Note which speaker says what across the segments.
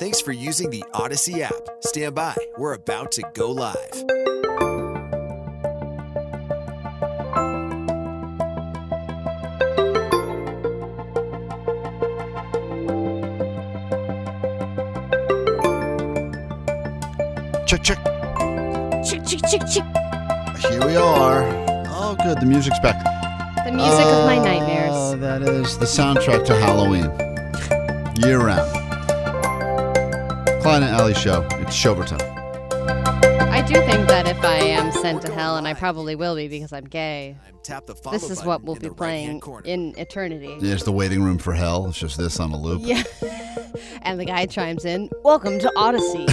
Speaker 1: Thanks for using the Odyssey app. Stand by. We're about to go live.
Speaker 2: Check, check.
Speaker 3: Chick, chick, chick, chick.
Speaker 2: Here we are. Oh, good. The music's back.
Speaker 3: The music of my
Speaker 2: Oh,
Speaker 3: nightmares.
Speaker 2: That is the soundtrack to Halloween, year round. Klein and Alley Show. It's Showbertime.
Speaker 3: I do think that if I am sent to hell, and I probably will be because I'm gay,
Speaker 1: I'm tap the follow
Speaker 3: this is
Speaker 1: button
Speaker 3: what we'll
Speaker 1: in
Speaker 3: be
Speaker 1: the right-hand
Speaker 3: playing
Speaker 1: corner.
Speaker 3: in eternity.
Speaker 2: There's the waiting room for hell. It's just this on a loop.
Speaker 3: Yeah. and the guy chimes in, Welcome to Odyssey.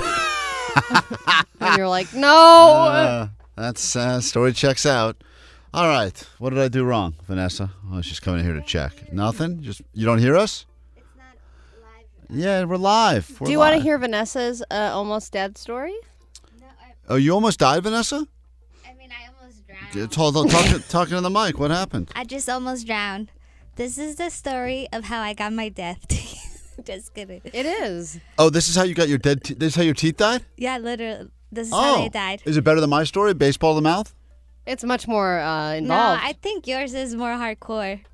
Speaker 3: and you're like, No!
Speaker 2: Uh, that's uh, story checks out. All right. What did I do wrong, Vanessa? I was just coming here to check. Nothing. Just you don't hear us? Yeah, we're live. We're
Speaker 3: do you want to
Speaker 2: live.
Speaker 3: hear Vanessa's uh, almost dead story?
Speaker 2: Oh, you almost died, Vanessa?
Speaker 4: I mean, I almost drowned.
Speaker 2: Just Hold on. Talk, talking to the mic. What happened?
Speaker 4: I just almost drowned. This is the story of how I got my death. just kidding.
Speaker 3: It is.
Speaker 2: Oh, this is how you got your dead. Te- this is how your teeth died.
Speaker 4: Yeah, literally. This is
Speaker 2: oh,
Speaker 4: how I died.
Speaker 2: is it better than my story? Baseball to the mouth.
Speaker 3: It's much more uh,
Speaker 4: No,
Speaker 3: involved.
Speaker 4: I think yours is more hardcore.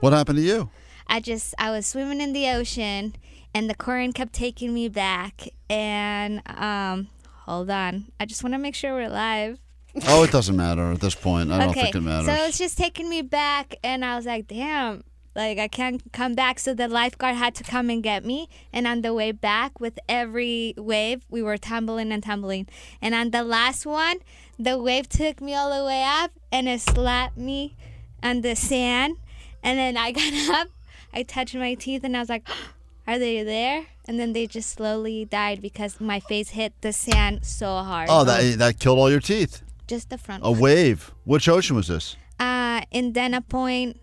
Speaker 2: What happened to you?
Speaker 4: I just I was swimming in the ocean, and the current kept taking me back. And um, hold on, I just want to make sure we're alive.
Speaker 2: Oh, it doesn't matter at this point. I don't
Speaker 4: okay,
Speaker 2: think it
Speaker 4: so it
Speaker 2: matters.
Speaker 4: was just taking me back, and I was like, damn. Like I can't come back, so the lifeguard had to come and get me. And on the way back, with every wave, we were tumbling and tumbling. And on the last one, the wave took me all the way up, and it slapped me on the sand. And then I got up, I touched my teeth, and I was like, "Are they there?" And then they just slowly died because my face hit the sand so hard.
Speaker 2: oh, that Oh, that killed all your teeth.
Speaker 4: just the front.
Speaker 2: A wave. Which ocean was this?
Speaker 4: Uh, in Dana Point,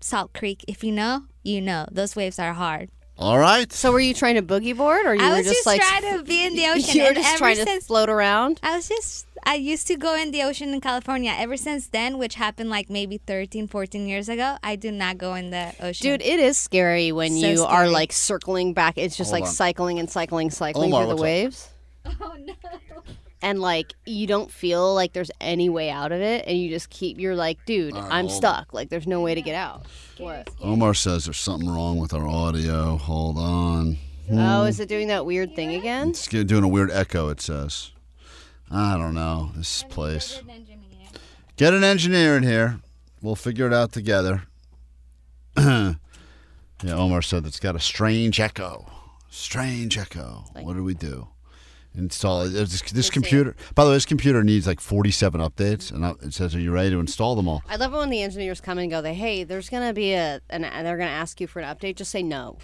Speaker 4: Salt Creek. If you know, you know. Those waves are hard.
Speaker 2: All right.
Speaker 3: so were you trying to boogie board, or you
Speaker 4: I
Speaker 3: were
Speaker 4: was
Speaker 3: just,
Speaker 4: just
Speaker 3: like
Speaker 4: trying to be in the ocean,
Speaker 3: You were
Speaker 4: and
Speaker 3: just
Speaker 4: ever
Speaker 3: trying
Speaker 4: since-
Speaker 3: to float around.
Speaker 4: I was just, I used to go in the ocean in California. Ever since then, which happened like maybe 13, 14 years ago, I do not go in the ocean.
Speaker 3: Dude, it is scary when
Speaker 4: So
Speaker 3: you are
Speaker 4: scary.
Speaker 3: like circling back. It's just
Speaker 2: Hold
Speaker 3: like
Speaker 2: on.
Speaker 3: cycling and cycling, cycling
Speaker 2: Omar,
Speaker 3: through
Speaker 2: what's
Speaker 3: the
Speaker 2: up?
Speaker 3: waves. And like you don't feel like there's any way out of it, and you just keep. You're like, dude, I'm stuck. Like there's no way to get out. What?
Speaker 2: Omar says there's something wrong with our audio. Hold on.
Speaker 3: Oh, is it doing that weird thing again?
Speaker 2: It's doing a weird echo. It says. I don't know this place. Get an engineer in here. We'll figure it out together. yeah, Omar said it's got a strange echo. Strange echo. What do we do? Install it. This, this computer. By the way, this computer needs like 47 updates, and I- it says, "Are you ready to install them all?"
Speaker 3: I love it when the engineers come and go. They hey, there's gonna be a, an, and they're gonna ask you for an update. Just say no,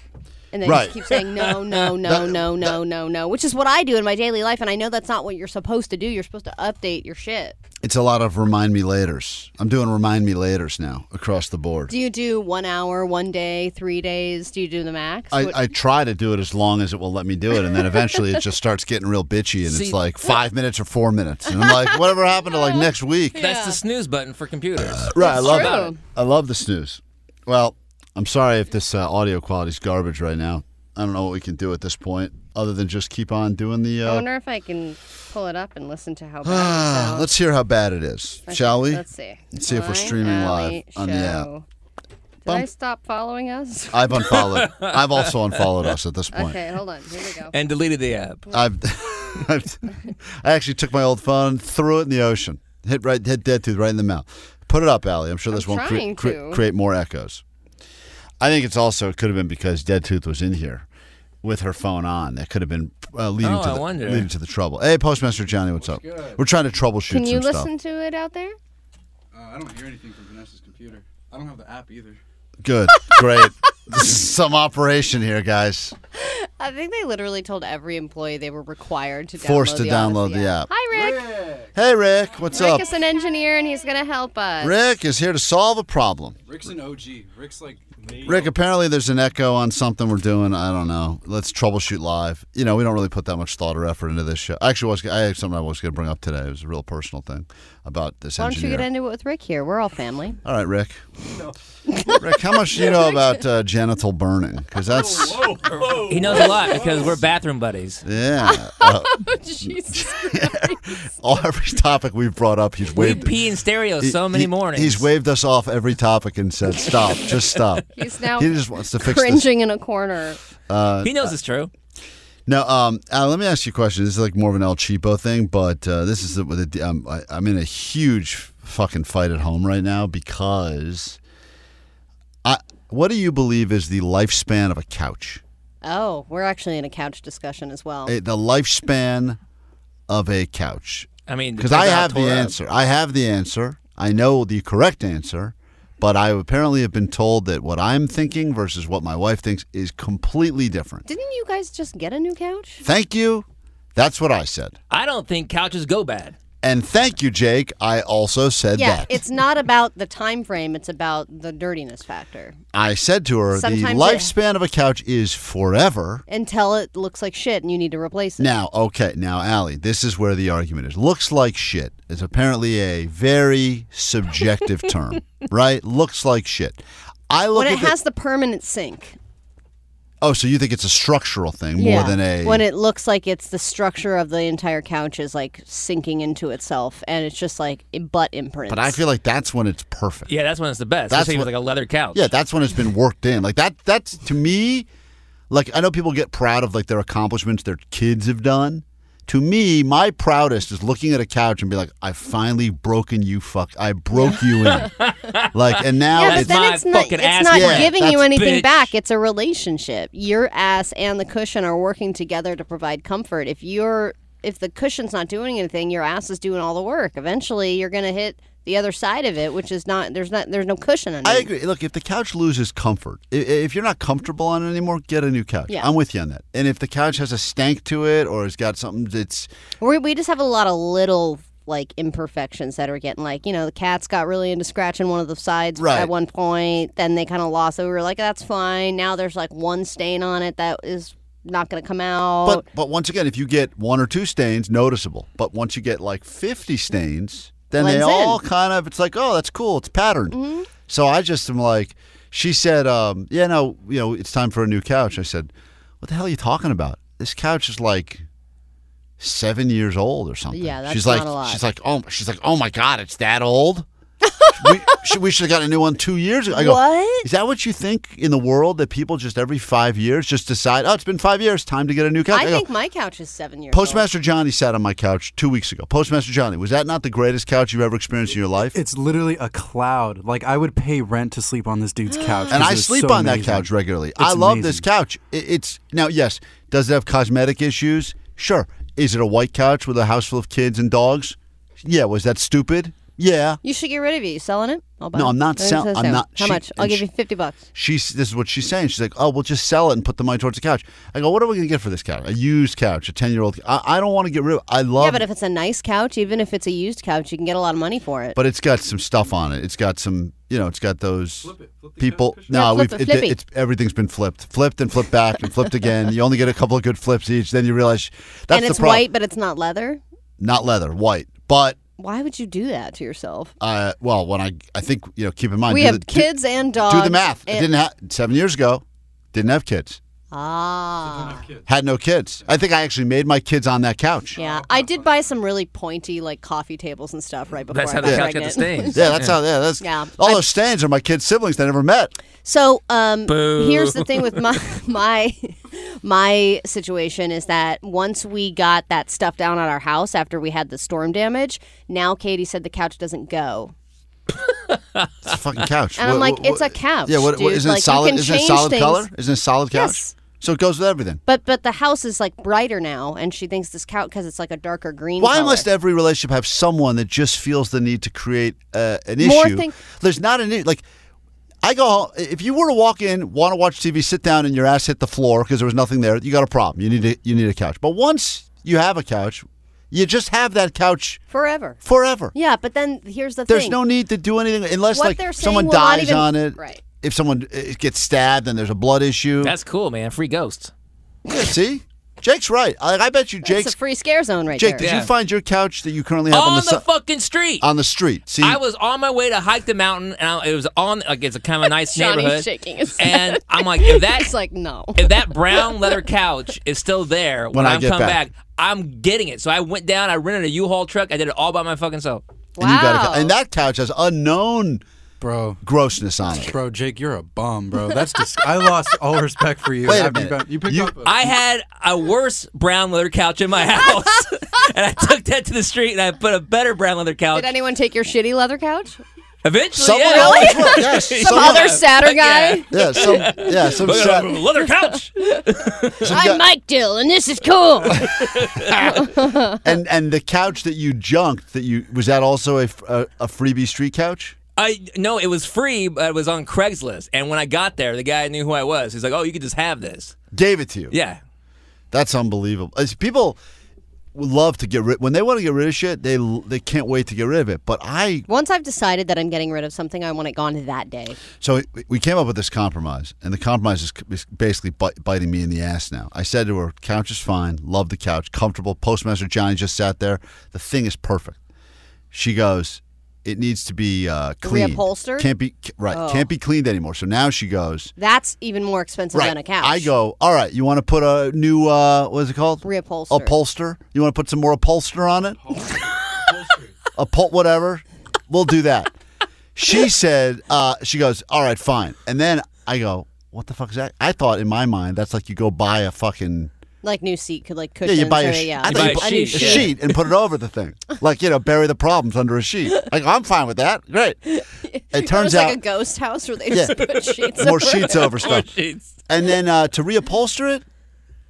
Speaker 3: and then
Speaker 2: Right.
Speaker 3: just keep saying no, no, no,
Speaker 2: That-
Speaker 3: no, no, no, no, which is what I do in my daily life. And I know that's not what you're supposed to do. You're supposed to update your shit.
Speaker 2: It's a lot of remind me later's. I'm doing remind me later's now across the board.
Speaker 3: Do you do one hour, one day, three days? Do you do the max?
Speaker 2: I,
Speaker 3: What-
Speaker 2: I try to do it as long as it will let me do it, and then eventually it just starts getting real bitchy, and it's like five minutes or four minutes, and I'm like, whatever happened to like next week?
Speaker 5: That's the snooze button for computers.
Speaker 2: Right, I love
Speaker 3: true.
Speaker 2: it. I love the snooze. Well, I'm sorry if this uh, audio quality's garbage right now. I don't know what we can do at this point other than just keep on doing the.
Speaker 3: I
Speaker 2: Uh,
Speaker 3: wonder if I can pull it up and listen to how bad it sounds.
Speaker 2: Ah, let's hear how bad it is,
Speaker 3: Okay,
Speaker 2: shall we?
Speaker 3: Let's see.
Speaker 2: Let's see if we're
Speaker 3: Blind
Speaker 2: streaming live
Speaker 3: Alley
Speaker 2: on the app.
Speaker 3: Show. Did I
Speaker 2: Bump.
Speaker 3: stop following us?
Speaker 2: I've unfollowed. I've also unfollowed us at this point.
Speaker 3: Okay, hold on. Here we go.
Speaker 5: and deleted the app.
Speaker 2: I've, I've, I actually took my old phone, threw it in the ocean, hit right, hit dead tooth right in the mouth. Put it up, Allie. I'm sure this
Speaker 3: I'm
Speaker 2: won't
Speaker 3: trying to.
Speaker 2: create more echoes. I think it's also it could have been because Dead Tooth was in here with her phone on. That could have been uh, leading
Speaker 5: Oh,
Speaker 2: to
Speaker 5: I
Speaker 2: the
Speaker 5: wonder.
Speaker 2: leading to the trouble. Hey, Postmaster Johnny, what's, up? We're trying to troubleshoot
Speaker 3: Can you
Speaker 2: some
Speaker 3: listen
Speaker 2: stuff.
Speaker 3: to it out there?
Speaker 6: Uh, I don't hear anything from Vanessa's computer. I don't have the app either.
Speaker 2: Good, great. This is some operation here, guys.
Speaker 3: I think they literally told every employee they were required to
Speaker 2: Forced
Speaker 3: download
Speaker 2: to
Speaker 3: the
Speaker 2: download
Speaker 3: Odyssey
Speaker 2: the app.
Speaker 3: Hi, Rick.
Speaker 2: Hey, Rick, what's
Speaker 3: Rick
Speaker 2: up?
Speaker 3: is an engineer and he's gonna help us.
Speaker 2: Rick is here to solve a problem.
Speaker 6: Rick's an OG. Rick's like the
Speaker 2: Rick, apparently there's an echo on something we're doing. I don't know. Let's troubleshoot live. You know, we don't really put that much thought or effort into this show. Actually, I was I had something I was going to bring up today. It was a real personal thing about this
Speaker 3: Why don't you
Speaker 2: engineer.
Speaker 3: get into it with Rick here? We're all family.
Speaker 2: All right, Rick. Rick, how much do you know about uh, genital burning? Because that's
Speaker 5: He knows a lot because we're bathroom buddies.
Speaker 2: yeah. Uh, all every topic we've brought up, he's
Speaker 5: We
Speaker 2: waved.
Speaker 5: pee in stereo so
Speaker 2: he-
Speaker 5: many
Speaker 2: he-
Speaker 5: mornings.
Speaker 2: He's waved us off every topic and said, "Stop, just stop."
Speaker 3: He's now
Speaker 2: he just wants to fix this.
Speaker 3: Cringing in a corner.
Speaker 5: he knows it's true.
Speaker 2: Now, um, Al, let me ask you a question. This is like more of an El Cheapo thing, but uh, this is with a d- um, I, I'm in a huge fucking fight at home right now because I. What do you believe is the lifespan of a couch?
Speaker 3: Oh, we're actually in a couch discussion as well.
Speaker 2: Eh, the lifespan of a couch.
Speaker 5: I mean,
Speaker 2: Because I
Speaker 5: depends how
Speaker 2: have the
Speaker 5: tore up.
Speaker 2: answer. I have the answer. I know the correct answer, but I apparently have been told that what I'm thinking versus what my wife thinks is completely different.
Speaker 3: Didn't you guys just get a new couch?
Speaker 2: Thank you. That's what I said.
Speaker 5: I don't think couches go bad.
Speaker 2: And thank you, Jake. I also said
Speaker 3: Yeah,
Speaker 2: that.
Speaker 3: it's not about the time frame; it's about the dirtiness factor.
Speaker 2: I said to her, the
Speaker 3: Sometimes it-
Speaker 2: lifespan of a couch is forever.
Speaker 3: Until it looks like shit and you need to replace it.
Speaker 2: Now, okay, now, Allie, this is where the argument is. Looks like shit is apparently a very subjective term, right? Looks like shit. I look
Speaker 3: when it
Speaker 2: at the-
Speaker 3: has the permanent sink.
Speaker 2: oh, so you think it's a structural thing more than a
Speaker 3: when it looks like it's the structure of the entire couch is like sinking into itself, and it's just like butt imprints.
Speaker 2: but I feel like that's when it's perfect.
Speaker 5: Yeah, that's when it's the best.
Speaker 2: That's
Speaker 5: That's with
Speaker 2: what-
Speaker 5: like a leather couch.
Speaker 2: Yeah, that's when it's been worked in. Like that that's to me like I know people get proud of like their accomplishments their kids have done. To me, my proudest is looking at a couch and be like, I finally broken you fuck I broke you in. like and now
Speaker 3: yeah,
Speaker 2: it's
Speaker 3: but
Speaker 5: that's
Speaker 3: then
Speaker 5: my
Speaker 3: it's not,
Speaker 5: fucking
Speaker 3: it's
Speaker 5: ass
Speaker 3: not
Speaker 2: Yeah,
Speaker 3: giving you
Speaker 2: that's
Speaker 3: anything
Speaker 5: bitch.
Speaker 3: back. It's a relationship. Your ass and the cushion are working together to provide comfort. If you're if the cushion's not doing anything, your ass is doing all the work. Eventually, you're going to hit the other side of it, which is not there's not there's no cushion under.
Speaker 2: I
Speaker 3: it.
Speaker 2: agree. Look, if the couch loses comfort, i- i- if you're not comfortable on it anymore, get a new couch.
Speaker 3: Yeah.
Speaker 2: I'm with you on that. And if the couch has a stank to it or it's got something that's
Speaker 3: We we just have a lot of little like imperfections that are getting like you know the cats got really into scratching one of the sides
Speaker 2: Right.
Speaker 3: at one point. Then they kind of lost it. We were like, that's fine. Now there's like one stain on it that is not going to come out.
Speaker 2: But but once again, if you get one or two stains, noticeable. But once you get like fifty stains, then they
Speaker 3: Blends in. Mm-hmm.
Speaker 2: all kind of it's like, oh, that's cool, it's patterned. So I just am like, she said, um, yeah, no, you know, it's time for a new couch. I said, what the hell are you talking about? This couch is like seven years old or something.
Speaker 3: Yeah, that's
Speaker 2: she's
Speaker 3: not
Speaker 2: like,
Speaker 3: a lot.
Speaker 2: she's like, oh, she's like, oh my god, it's that old. we should, we should have gotten a new one two years ago. I go,
Speaker 3: What?
Speaker 2: Is that what you think in the world that people just every five years just decide, oh, it's been five years, time to get a new couch?
Speaker 3: I
Speaker 2: go,
Speaker 3: think my couch is seven years. old.
Speaker 2: Postmaster Johnny sat on my couch two weeks ago. Postmaster Johnny, was that not the greatest couch you've ever experienced in your life?
Speaker 7: It's literally a cloud. Like I would pay rent to sleep on this dude's couch. 'cause
Speaker 2: and
Speaker 7: it
Speaker 2: I
Speaker 7: was
Speaker 2: sleep
Speaker 7: so
Speaker 2: on that
Speaker 7: amazing.
Speaker 2: couch regularly.
Speaker 7: It's
Speaker 2: I love this
Speaker 7: amazing.
Speaker 2: couch. It, it's now, yes, does it have cosmetic issues? Sure. Is it a white couch with a house full of kids and dogs? Yeah. Was that stupid? Yeah.
Speaker 3: You should get rid of it. You selling it? I'll buy
Speaker 2: No,
Speaker 3: it.
Speaker 2: I'm not
Speaker 3: Don't
Speaker 2: sell-
Speaker 3: say
Speaker 2: I'm not-
Speaker 3: How
Speaker 2: she-
Speaker 3: much? I'll
Speaker 2: and
Speaker 3: give
Speaker 2: she-
Speaker 3: you fifty bucks.
Speaker 2: She's this is what she's saying. She's like, oh, we'll just sell it and put the money towards the couch. I go, what are we gonna get for this couch? A used couch, a ten year old. I, I don't want to get rid. of I love.
Speaker 3: Yeah, but if it's a nice couch, even if it's a used couch, you can get a lot of money for it.
Speaker 2: but it's got some stuff on it. It's got some, you know, it's got those people.
Speaker 3: Yeah,
Speaker 2: No,
Speaker 3: flip
Speaker 2: we've
Speaker 3: it,
Speaker 2: it-
Speaker 3: flippy.
Speaker 2: it's everything's been flipped, flipped and flipped back and flipped again. You only get a couple of good flips each. Then you realize that's
Speaker 3: and
Speaker 2: the
Speaker 3: it's
Speaker 2: problem.
Speaker 3: white, but it's not leather.
Speaker 2: not leather, white, but
Speaker 3: Why would you do that to yourself?
Speaker 2: Uh, well, when I I think you know, keep in mind
Speaker 3: we
Speaker 2: do
Speaker 3: have
Speaker 2: the- do-
Speaker 3: kids and dogs.
Speaker 2: Do the math. I
Speaker 3: and-
Speaker 2: didn't have seven years ago. Didn't have kids.
Speaker 3: ah.
Speaker 2: Had no kids. I think I actually made my kids on that couch.
Speaker 5: Oh,
Speaker 3: Yeah, I did buy some really pointy like coffee tables and stuff right before
Speaker 5: That's
Speaker 3: I
Speaker 5: how the
Speaker 3: got
Speaker 5: couch got
Speaker 3: pregnant.
Speaker 5: the stains.
Speaker 2: Yeah, that's how. Yeah, that's.
Speaker 3: Yeah.
Speaker 2: All those stains are my kids' siblings that I never met.
Speaker 3: So um,
Speaker 5: Boo.
Speaker 3: here's the thing with my my my situation is that once we got that stuff down at our house after we had the storm damage, now Katie said the couch doesn't go.
Speaker 2: It's a fucking couch.
Speaker 3: And I'm like, it's a couch,
Speaker 2: Yeah. What,
Speaker 3: dude.
Speaker 2: what isn't
Speaker 3: Like,
Speaker 2: it
Speaker 3: you
Speaker 2: solid?
Speaker 3: can
Speaker 2: Isn't it
Speaker 3: change
Speaker 2: solid
Speaker 3: things.
Speaker 2: color? Isn't it solid couch?
Speaker 3: Yes.
Speaker 2: So it goes with everything.
Speaker 3: But but the house is like brighter now, and she thinks this couch because it's like a darker green.
Speaker 2: Why
Speaker 3: color.
Speaker 2: must every relationship have someone that just feels the need to create uh, an
Speaker 3: More
Speaker 2: issue?
Speaker 3: thing-
Speaker 2: There's not an i- like. I go home. If you were to walk in, want to watch TV, sit down, and your ass hit the floor because there was nothing there, you got a problem. You need a, you need a couch. But once you have a couch, you just have that couch
Speaker 3: forever?
Speaker 2: forever.
Speaker 3: Yeah, but then here's the
Speaker 2: There's
Speaker 3: thing.
Speaker 2: no need to do anything unless
Speaker 3: What
Speaker 2: like
Speaker 3: they're saying
Speaker 2: someone
Speaker 3: will not
Speaker 2: dies
Speaker 3: even-
Speaker 2: on it.
Speaker 3: Right.
Speaker 2: If someone uh, gets stabbed and there's a blood issue.
Speaker 5: That's cool, man. Free ghosts.
Speaker 2: Yeah, see, Jake's right. I, I bet you,
Speaker 3: It's
Speaker 2: Jake's.
Speaker 3: a free scare zone right
Speaker 2: Jake,
Speaker 3: there.
Speaker 2: did
Speaker 5: Yeah.
Speaker 2: you find your couch that you currently have on,
Speaker 5: On the,
Speaker 2: the, si-
Speaker 5: fucking street.
Speaker 2: on the street? See,
Speaker 5: I was on my way to hike the mountain, and I, it was on like it's a kind of a nice
Speaker 3: Johnny's
Speaker 5: neighborhood.
Speaker 3: shaking his
Speaker 5: and I'm like, if that
Speaker 3: It's like no.
Speaker 5: if that brown leather couch is still there when,
Speaker 2: When I
Speaker 5: I'm
Speaker 2: get
Speaker 5: coming
Speaker 2: back.
Speaker 5: back. I'm getting it. So I went down. I rented a U-Haul truck. I did it all by my fucking self.
Speaker 2: and, you got a,
Speaker 3: Wow.
Speaker 2: cou- and that couch has unknown
Speaker 7: bro.
Speaker 2: grossness on it.
Speaker 7: Bro, Jake, you're a bum, bro. That's dis- I lost all respect for you.
Speaker 2: Wait a
Speaker 7: after
Speaker 2: minute.
Speaker 7: You, got- you picked
Speaker 2: You-
Speaker 7: up. A-
Speaker 5: I had a worse brown leather couch in my house, and I took that to the street and I put a better brown leather couch.
Speaker 3: Did anyone take your shitty leather couch?
Speaker 5: Eventually,
Speaker 2: Someone
Speaker 5: yeah.
Speaker 2: always will. Yes,
Speaker 3: Some
Speaker 2: someone-
Speaker 3: other sadder guy.
Speaker 5: yeah.
Speaker 2: Yeah, some, yeah, some,
Speaker 5: Look at that
Speaker 2: sad,
Speaker 5: leather couch.
Speaker 2: some
Speaker 3: I'm
Speaker 2: guy-
Speaker 3: Mike Dill, and this is cool.
Speaker 2: and and the couch that you junked that you was that also a, f- a, a freebie street couch?
Speaker 5: I no, it was free, but it was on Craigslist. And when I got there, the guy knew who I was. He's like, "Oh, you could just have this."
Speaker 2: Gave it to you.
Speaker 5: Yeah,
Speaker 2: That's unbelievable. As people love to get rid when they want to get rid of shit, they l- they can't wait to get rid of it. But I
Speaker 3: Once I've decided that I'm getting rid of something, I want it gone that day.
Speaker 2: so we- we came up with this compromise, and the compromise is c- is basically bite, biting me in the ass now. I said to her, "Couch is fine. Love the couch. Comfortable. Postmaster Johnny just sat there. The thing is perfect." She goes, "It needs to be Oh. uh, cleaned.
Speaker 3: Reupholstered?
Speaker 2: Can't be c- right. Can't be cleaned anymore." So now she goes,
Speaker 3: That's even more expensive
Speaker 2: "Right."
Speaker 3: than a couch.
Speaker 2: I go, "All right. You want to put a new uh, what is it called?
Speaker 3: Reupholster.
Speaker 2: upholster. You want to put some more upholster on it? Uphol whatever. We'll do that. She said, uh, she goes, all right, fine. And then I go, what the fuck is that? I thought in my mind that's like you go buy a fucking
Speaker 3: like new seat could like
Speaker 2: yeah,
Speaker 3: cushion.
Speaker 2: you buy a,
Speaker 3: so,
Speaker 2: sh-
Speaker 3: yeah.
Speaker 2: I thought
Speaker 5: You buy
Speaker 2: put-
Speaker 5: a sheet, yeah.
Speaker 2: sheet and put it over the thing, like you know, bury the problems under a sheet. Like I'm fine with that. Great. It turns
Speaker 3: it's
Speaker 2: out
Speaker 3: like a ghost house where they
Speaker 2: Yeah.
Speaker 3: just put sheets.
Speaker 2: more
Speaker 3: over
Speaker 2: sheets
Speaker 3: it.
Speaker 2: over stuff. And then uh, to reupholster it,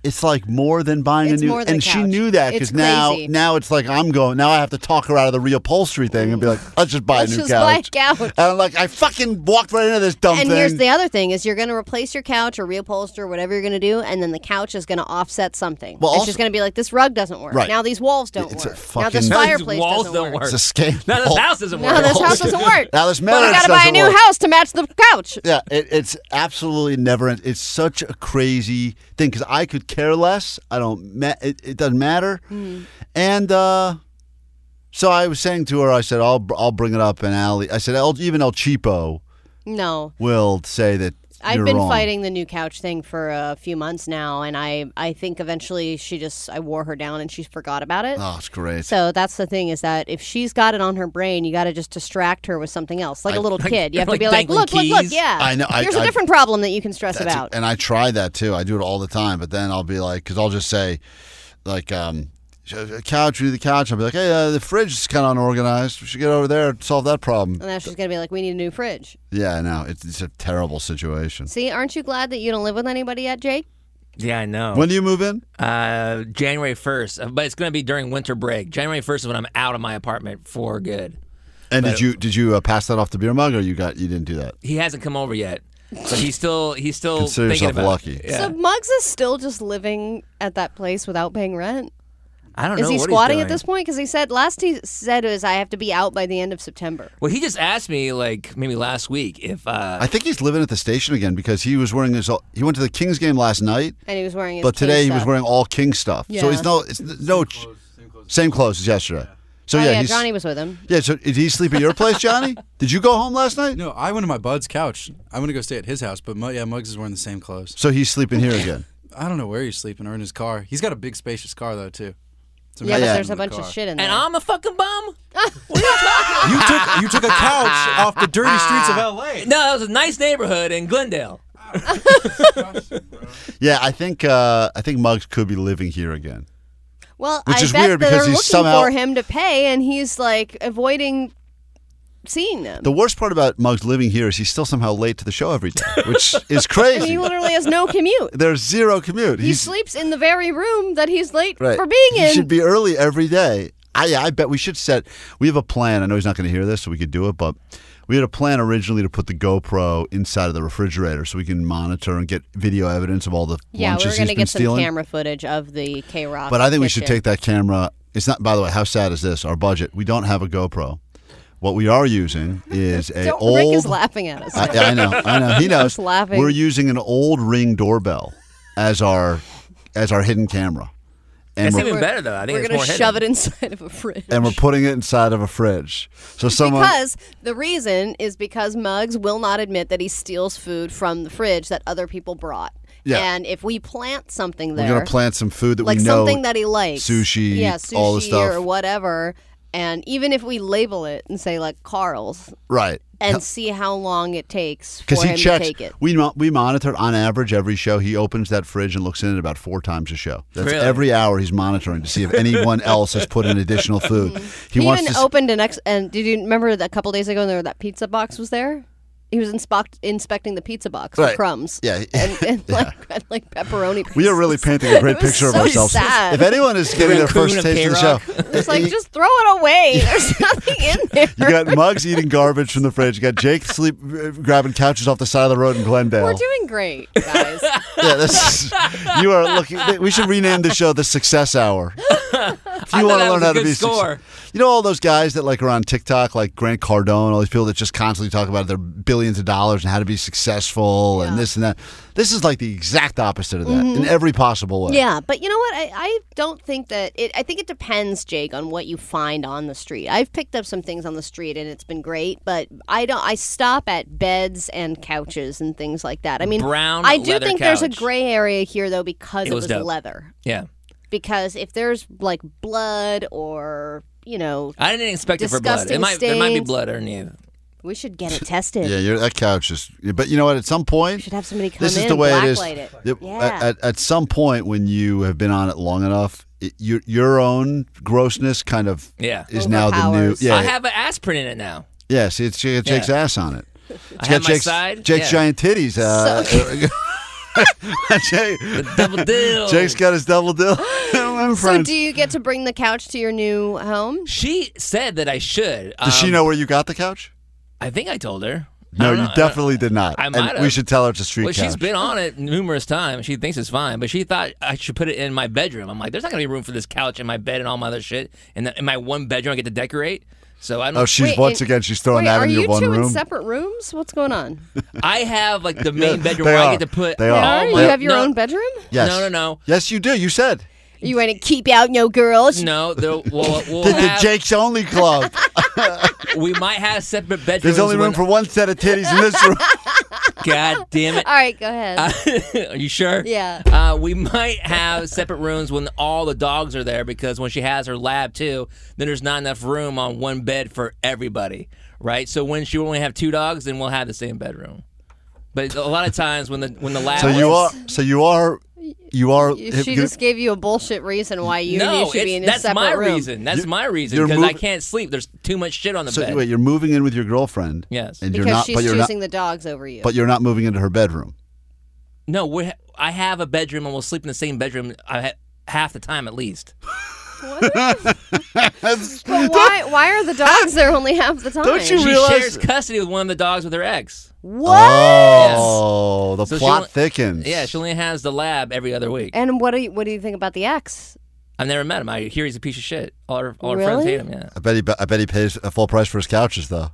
Speaker 2: it's like more than buying
Speaker 3: It's
Speaker 2: a new.
Speaker 3: more than a
Speaker 2: and she
Speaker 3: couch.
Speaker 2: knew that
Speaker 3: It's
Speaker 2: because now,
Speaker 3: crazy.
Speaker 2: now it's like I'm going. Now I have to talk her out of the reupholstery thing and be like, let's just buy
Speaker 3: Let's
Speaker 2: a new
Speaker 3: just buy a
Speaker 2: couch.
Speaker 3: couch.
Speaker 2: And I'm like, I fucking walked right into this dumb
Speaker 3: And
Speaker 2: thing.
Speaker 3: here's the other thing: is you're going to replace your couch or reupholster, whatever you're going to do, and then the couch is going to offset something.
Speaker 2: Well,
Speaker 3: it's
Speaker 2: also-
Speaker 3: just going to be like this rug doesn't work.
Speaker 2: Right.
Speaker 3: Now these walls don't
Speaker 2: It's a
Speaker 3: work. now
Speaker 2: fucking-
Speaker 3: this
Speaker 2: Now
Speaker 5: these
Speaker 3: fireplace
Speaker 5: walls
Speaker 3: doesn't
Speaker 5: don't
Speaker 3: work.
Speaker 5: work.
Speaker 2: it's a scam.
Speaker 5: Now this house doesn't work.
Speaker 3: Now this house doesn't work.
Speaker 2: Now this
Speaker 3: But we
Speaker 2: marriage
Speaker 3: got to buy a
Speaker 2: doesn't
Speaker 3: new
Speaker 2: work.
Speaker 3: house to match the couch.
Speaker 2: Yeah, it, it's absolutely never. end- It's such a crazy thing because I could care less. I don't. Ma- it, it doesn't matter.
Speaker 3: Mm.
Speaker 2: And uh, so I was saying to her, I said, I'll br- I'll bring it up. And Ali, I said, El, even El Cheapo
Speaker 3: No.
Speaker 2: will say that
Speaker 3: I've
Speaker 2: you're
Speaker 3: been
Speaker 2: wrong.
Speaker 3: fighting the new couch thing for a few months now, and I I think eventually she just I wore her down and she forgot about it.
Speaker 2: Oh, it's great.
Speaker 3: So that's the thing is that if she's got it on her brain, you got to just distract her with something else, like a little kid. You have to
Speaker 5: like
Speaker 3: be like,
Speaker 5: dangling
Speaker 3: look, look, look,
Speaker 5: keys.
Speaker 3: yeah.
Speaker 2: I know, I-
Speaker 3: Here's
Speaker 2: I-
Speaker 3: a different problem that you can stress
Speaker 2: That's-
Speaker 3: about.
Speaker 2: And I try that too. I do it all the time, but then I'll be like, because I'll just say, like, um, couch, we need the couch. I'll be like, hey, uh, the fridge is kind of unorganized. We should get over there and solve that problem.
Speaker 3: and now she's gonna be like, we need a new fridge.
Speaker 2: Yeah, I know. It's, it's a terrible situation.
Speaker 3: See, aren't you glad that you don't live with anybody yet, Jake?
Speaker 5: Yeah, I know.
Speaker 2: When do you move in?
Speaker 5: Uh, January first, but it's gonna be during winter break. January first is when I'm out of my apartment for good.
Speaker 2: And did you did you uh, pass that off to beer mug, or you got you didn't do that?
Speaker 5: He hasn't come over yet, but he's still he's still
Speaker 2: Consider
Speaker 5: thinking
Speaker 2: yourself
Speaker 5: about it.
Speaker 2: lucky.
Speaker 5: Yeah.
Speaker 3: So Muggs is still just living at that place without paying rent.
Speaker 5: I don't know.
Speaker 3: Is he
Speaker 5: what
Speaker 3: squatting
Speaker 5: he's
Speaker 3: at
Speaker 5: doing.
Speaker 3: this point? Because he said last he said is I have to be out by the end of September.
Speaker 5: Well, he just asked me like maybe last week if uh,
Speaker 2: I think he's living at the station again because he was wearing his. all- He went to the Kings game last night,
Speaker 3: And he was wearing his
Speaker 2: but
Speaker 3: King
Speaker 2: today he was
Speaker 3: stuff.
Speaker 2: wearing all King stuff. So
Speaker 3: Yeah.
Speaker 2: he's no, it's no,
Speaker 6: Clothes, same clothes.
Speaker 2: same clothes as yesterday. So
Speaker 3: oh,
Speaker 2: yeah,
Speaker 3: yeah,
Speaker 2: he's, Oh,
Speaker 3: Johnny was with him.
Speaker 2: Yeah, so did he sleep at your place, Johnny? Did you go home last night?
Speaker 7: No, I went to my bud's couch. I want to go stay at his house, but Mu- yeah, Muggs is wearing the same clothes.
Speaker 2: So he's sleeping here again.
Speaker 7: I don't know where he's sleeping or in his car. He's got a big spacious car though too. It's
Speaker 3: Yeah, but
Speaker 2: Yeah. Oh
Speaker 7: amazing
Speaker 3: there's a
Speaker 7: in the
Speaker 3: bunch of
Speaker 7: car.
Speaker 3: shit in there.
Speaker 5: And I'm a fucking bum.
Speaker 7: You took you took a couch off the dirty streets of L.A.
Speaker 5: No, that was a nice neighborhood in Glendale.
Speaker 2: Yeah, I think uh, I think Muggs could be living here again.
Speaker 3: well,
Speaker 2: Which
Speaker 3: I
Speaker 2: is
Speaker 3: bet
Speaker 2: weird
Speaker 3: that
Speaker 2: because
Speaker 3: they're
Speaker 2: he's
Speaker 3: looking
Speaker 2: somehow-
Speaker 3: for him to pay, and he's like avoiding seeing them.
Speaker 2: The worst part about Muggs living here is he's still somehow late to the show every day, which is crazy.
Speaker 3: he literally has no commute.
Speaker 2: There's zero commute.
Speaker 3: He
Speaker 2: He's-
Speaker 3: sleeps in the very room that he's late
Speaker 2: right.
Speaker 3: for being
Speaker 2: He
Speaker 3: in.
Speaker 2: should be early every day. I I bet we should set. We have a plan. I know he's not going to hear this, so we could do it. But we had a plan originally to put the GoPro inside of the refrigerator so we can monitor and get video evidence of all the
Speaker 3: yeah, we
Speaker 2: lunches
Speaker 3: were gonna
Speaker 2: he's been
Speaker 3: get some
Speaker 2: stealing.
Speaker 3: camera footage of the K Rock.
Speaker 2: But I think we should take that camera. It's not. By the way, how sad is this? Our budget. We don't have a GoPro. What we are using is a
Speaker 3: Don't,
Speaker 2: old.
Speaker 3: Rick is laughing at us.
Speaker 2: I, I know. I know. He knows.
Speaker 3: Just laughing.
Speaker 2: We're using an old ring doorbell as our as our hidden camera, and
Speaker 5: That's
Speaker 2: we're,
Speaker 5: even better though. I think
Speaker 3: we're
Speaker 5: it's
Speaker 3: gonna
Speaker 5: more hidden.
Speaker 3: shove it inside of a fridge.
Speaker 2: and we're putting it inside of a fridge. So someone.
Speaker 3: Because the reason is because Muggs will not admit that he steals food from the fridge that other people brought.
Speaker 2: Yeah.
Speaker 3: And if we plant something
Speaker 2: we're
Speaker 3: there,
Speaker 2: gonna plant some food that
Speaker 3: like
Speaker 2: we know
Speaker 3: something that he likes,
Speaker 2: sushi,
Speaker 3: yeah, sushi
Speaker 2: all the stuff.
Speaker 3: or whatever, and even if we label it and say like Carl's
Speaker 2: right
Speaker 3: and see how long it takes for
Speaker 2: because he
Speaker 3: him
Speaker 2: checks.
Speaker 3: to take it.
Speaker 2: We mo- we monitored on average every show. He opens that fridge and looks in it about four times a show. That's
Speaker 5: Really?
Speaker 2: every hour he's monitoring to see if anyone else has put in additional food. He,
Speaker 3: Mm-hmm. He,
Speaker 2: wants
Speaker 3: even
Speaker 2: to. s-
Speaker 3: opened an ex. And did you remember that a couple days ago? There, that pizza box was there. He was inspoct- inspecting the pizza box
Speaker 2: Right.
Speaker 3: for crumbs.
Speaker 2: Yeah.
Speaker 3: and, and like like pepperoni.
Speaker 2: we are really
Speaker 3: pieces.
Speaker 2: painting a great
Speaker 3: It was
Speaker 2: picture of
Speaker 3: so
Speaker 2: ourselves.
Speaker 3: sad.
Speaker 2: If anyone is getting their
Speaker 5: Raccoon
Speaker 2: first
Speaker 5: of
Speaker 2: taste of the
Speaker 5: K-Rock.
Speaker 2: show,
Speaker 3: It's like
Speaker 2: you-
Speaker 3: just throw it away. There's nothing in there.
Speaker 2: you got Muggs eating garbage from the fridge. You got Jake sleep uh, grabbing couches off the side of the road in Glendale.
Speaker 3: We're doing great, guys.
Speaker 2: yeah, this is, you are looking. We should rename the show the Success Hour. If
Speaker 5: I
Speaker 2: you want to
Speaker 5: thought that
Speaker 2: learn
Speaker 5: was a
Speaker 2: how to
Speaker 5: good
Speaker 2: be success-
Speaker 5: score.
Speaker 2: you know all those guys that like are on TikTok, like Grant Cardone, all these people that just constantly talk about their billions of dollars and how to be successful and this and that. This is like the exact opposite of that in every possible way.
Speaker 3: yeah, but you know what? I, I don't think that it. I think it depends, Jake, on what you find on the street. I've picked up some things on the street, and it's been great. But I don't. I stop at beds and couches and things like that. I mean,
Speaker 5: Brown
Speaker 3: I do
Speaker 5: leather
Speaker 3: think there's a
Speaker 5: couch.
Speaker 3: gray area here though because
Speaker 5: It
Speaker 3: it,
Speaker 5: was
Speaker 3: was,
Speaker 5: dope.
Speaker 3: leather.
Speaker 5: Yeah.
Speaker 3: Because if there's like blood or you know,
Speaker 5: I didn't expect it for blood. It
Speaker 3: Disgusting
Speaker 5: might there might be
Speaker 3: stains.
Speaker 5: blood underneath.
Speaker 3: we should get it tested.
Speaker 2: Yeah, you're, that couch is. But you know what? At some point,
Speaker 3: Should have somebody come
Speaker 2: this
Speaker 3: in
Speaker 2: is the
Speaker 3: and
Speaker 2: way it is.
Speaker 3: blacklight it.
Speaker 2: It-
Speaker 3: Yeah.
Speaker 2: At, at some point, when you have been on it long enough, it, your your own grossness kind of
Speaker 5: Yeah.
Speaker 2: is now the new.
Speaker 3: Overpowers.
Speaker 2: Yeah,
Speaker 5: I have an aspirin in it now.
Speaker 2: Yeah, see, it's Jake- Jake's ass on it. It's got
Speaker 5: have my
Speaker 2: Jake's,
Speaker 5: side,
Speaker 2: Jake's
Speaker 5: yeah.
Speaker 2: giant titties. Uh, Jake,
Speaker 5: Double deal.
Speaker 2: Jake's got his double dill. I'm
Speaker 3: so
Speaker 2: friends.
Speaker 3: do you get to bring the couch to your new home?
Speaker 5: she said that I should.
Speaker 2: Does she
Speaker 5: Um,
Speaker 2: know where you got the couch?
Speaker 5: I think I told her. I
Speaker 2: No,
Speaker 5: don't
Speaker 2: you
Speaker 5: know. I don't-
Speaker 2: definitely did not.
Speaker 5: I
Speaker 2: and
Speaker 5: might
Speaker 2: we
Speaker 5: have.
Speaker 2: should tell her it's a street
Speaker 5: Well,
Speaker 2: couch.
Speaker 5: she's been on it numerous times. She thinks it's fine, but she thought I should put it in my bedroom. I'm like, there's not gonna be room for this couch and my bed and all my other shit. And in my one bedroom, I get to decorate. So I don't.
Speaker 2: oh, she's
Speaker 3: Wait,
Speaker 2: once
Speaker 3: and-
Speaker 2: again she's throwing
Speaker 3: Wait,
Speaker 2: that
Speaker 3: are
Speaker 2: in
Speaker 3: you
Speaker 2: your one
Speaker 3: two
Speaker 2: room. Oh,
Speaker 3: in separate rooms? What's going on?
Speaker 5: I have like the main bedroom
Speaker 2: they
Speaker 5: where I
Speaker 2: are.
Speaker 5: get to put.
Speaker 2: They
Speaker 5: all
Speaker 2: are.
Speaker 3: Are you
Speaker 5: my-
Speaker 3: have your
Speaker 5: no,
Speaker 3: own bedroom?
Speaker 2: yes.
Speaker 5: No, no, no,
Speaker 2: Yes, you do. You said
Speaker 3: You want to keep out no girls?
Speaker 5: no. there- We'll, we'll
Speaker 2: the, the
Speaker 5: have-
Speaker 2: Jake's only club.
Speaker 5: we might have separate bedrooms.
Speaker 2: There's only room
Speaker 5: when-
Speaker 2: for one set of titties in this room.
Speaker 5: God damn it.
Speaker 3: All right, go ahead.
Speaker 5: are you sure?
Speaker 3: Yeah.
Speaker 5: Uh, we might have separate rooms when all the dogs are there because when she has her lab too, then there's not enough room on one bed for everybody, right? So when she only have two dogs, then we'll have the same bedroom. But a lot of times when the when the lab
Speaker 2: so you are.
Speaker 5: was-
Speaker 2: So you are. You are.
Speaker 3: You- she just gave you a bullshit reason why you, and
Speaker 5: no,
Speaker 3: you should be
Speaker 5: it's-
Speaker 3: in a
Speaker 5: that's
Speaker 3: separate
Speaker 5: my
Speaker 3: room.
Speaker 5: reason. That's my reason
Speaker 2: you're
Speaker 5: because I
Speaker 2: moving-
Speaker 5: can't sleep. There's too much shit on the
Speaker 2: so
Speaker 5: bed.
Speaker 2: wait, you're moving in with your girlfriend.
Speaker 5: Yes.
Speaker 2: And
Speaker 3: Because
Speaker 2: you're not.
Speaker 3: she's
Speaker 2: but you're not.
Speaker 3: choosing the dogs over you.
Speaker 2: But you're not moving into her bedroom.
Speaker 5: No, we ha- I have a bedroom and we'll sleep in the same bedroom. I ha- half the time at least.
Speaker 3: But why? Why are the dogs there only half the time?
Speaker 2: Don't you
Speaker 5: She
Speaker 2: realize-
Speaker 5: shares custody with one of the dogs with her ex.
Speaker 3: What?
Speaker 2: Oh, the
Speaker 5: So she
Speaker 2: plot
Speaker 5: only-
Speaker 2: thickens.
Speaker 5: Yeah, she only has the lab every other week.
Speaker 3: And what do you what do you think about the ex?
Speaker 5: I've never met him. I hear he's a piece of shit. All our, all our
Speaker 3: Really?
Speaker 5: friends hate him. Yeah.
Speaker 2: I bet he. I bet he pays a full price for his couches, though.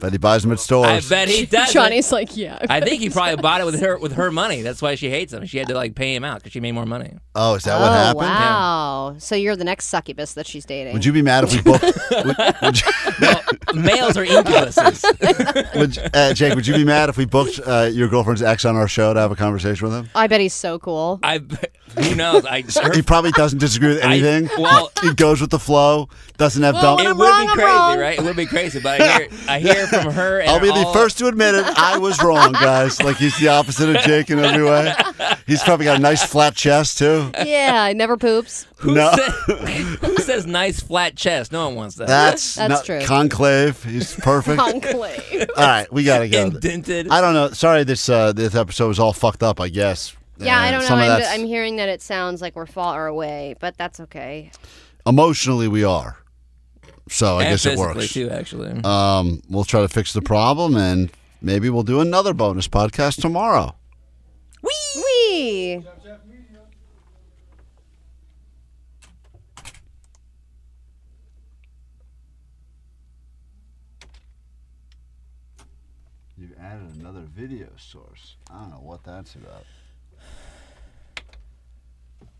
Speaker 2: Bet he buys them at stores.
Speaker 5: I bet he does.
Speaker 3: Johnny's like, yeah.
Speaker 5: I think he probably bought it with her with her money. That's why she hates him. She had to like pay him out because she made more money.
Speaker 2: Oh, is that
Speaker 3: oh,
Speaker 2: what happened?
Speaker 3: wow. So you're the next succubus that she's dating.
Speaker 2: Would you be mad if we booked? would, would you,
Speaker 5: Well, males are incubuses.
Speaker 2: would, uh, Jake, would you be mad if we booked uh, your girlfriend's ex on our show to have a conversation with him?
Speaker 3: I bet he's so cool.
Speaker 5: I who knows? I her-
Speaker 2: He probably doesn't disagree with
Speaker 5: I-
Speaker 2: anything.
Speaker 5: well-
Speaker 2: he goes with the flow. Doesn't have
Speaker 3: Well,
Speaker 2: dumb.
Speaker 5: it
Speaker 3: I'm
Speaker 5: would
Speaker 3: wrong,
Speaker 5: be
Speaker 3: I'm
Speaker 5: crazy,
Speaker 3: wrong.
Speaker 5: right? It would be crazy, but I hear I hear from her. And
Speaker 2: I'll be the
Speaker 5: all-
Speaker 2: first to admit it. I was wrong, guys. Like he's the opposite of Jake in every way. He's probably got a nice flat chest too.
Speaker 3: yeah, he never poops.
Speaker 5: Who,
Speaker 2: No.
Speaker 5: sa- who says nice flat chest? No one wants that.
Speaker 2: That's
Speaker 3: That's
Speaker 2: not-
Speaker 3: true.
Speaker 2: Conclave. He's perfect. All
Speaker 3: Conclave.
Speaker 2: right, we gotta go.
Speaker 5: indented.
Speaker 2: I don't know. Sorry, this uh, this episode was all fucked up. I guess.
Speaker 3: Yeah, I
Speaker 2: And
Speaker 3: don't know.
Speaker 2: some of
Speaker 3: I'm,
Speaker 2: that's-
Speaker 3: I'm hearing that it sounds like we're far away, but that's okay.
Speaker 2: emotionally we are. So I
Speaker 5: and
Speaker 2: guess it
Speaker 5: physically
Speaker 2: works.
Speaker 5: too, actually.
Speaker 2: Um, we'll try to fix the problem, and maybe we'll do another bonus podcast tomorrow.
Speaker 3: Wee!
Speaker 2: You added another video source. I don't know what that's about.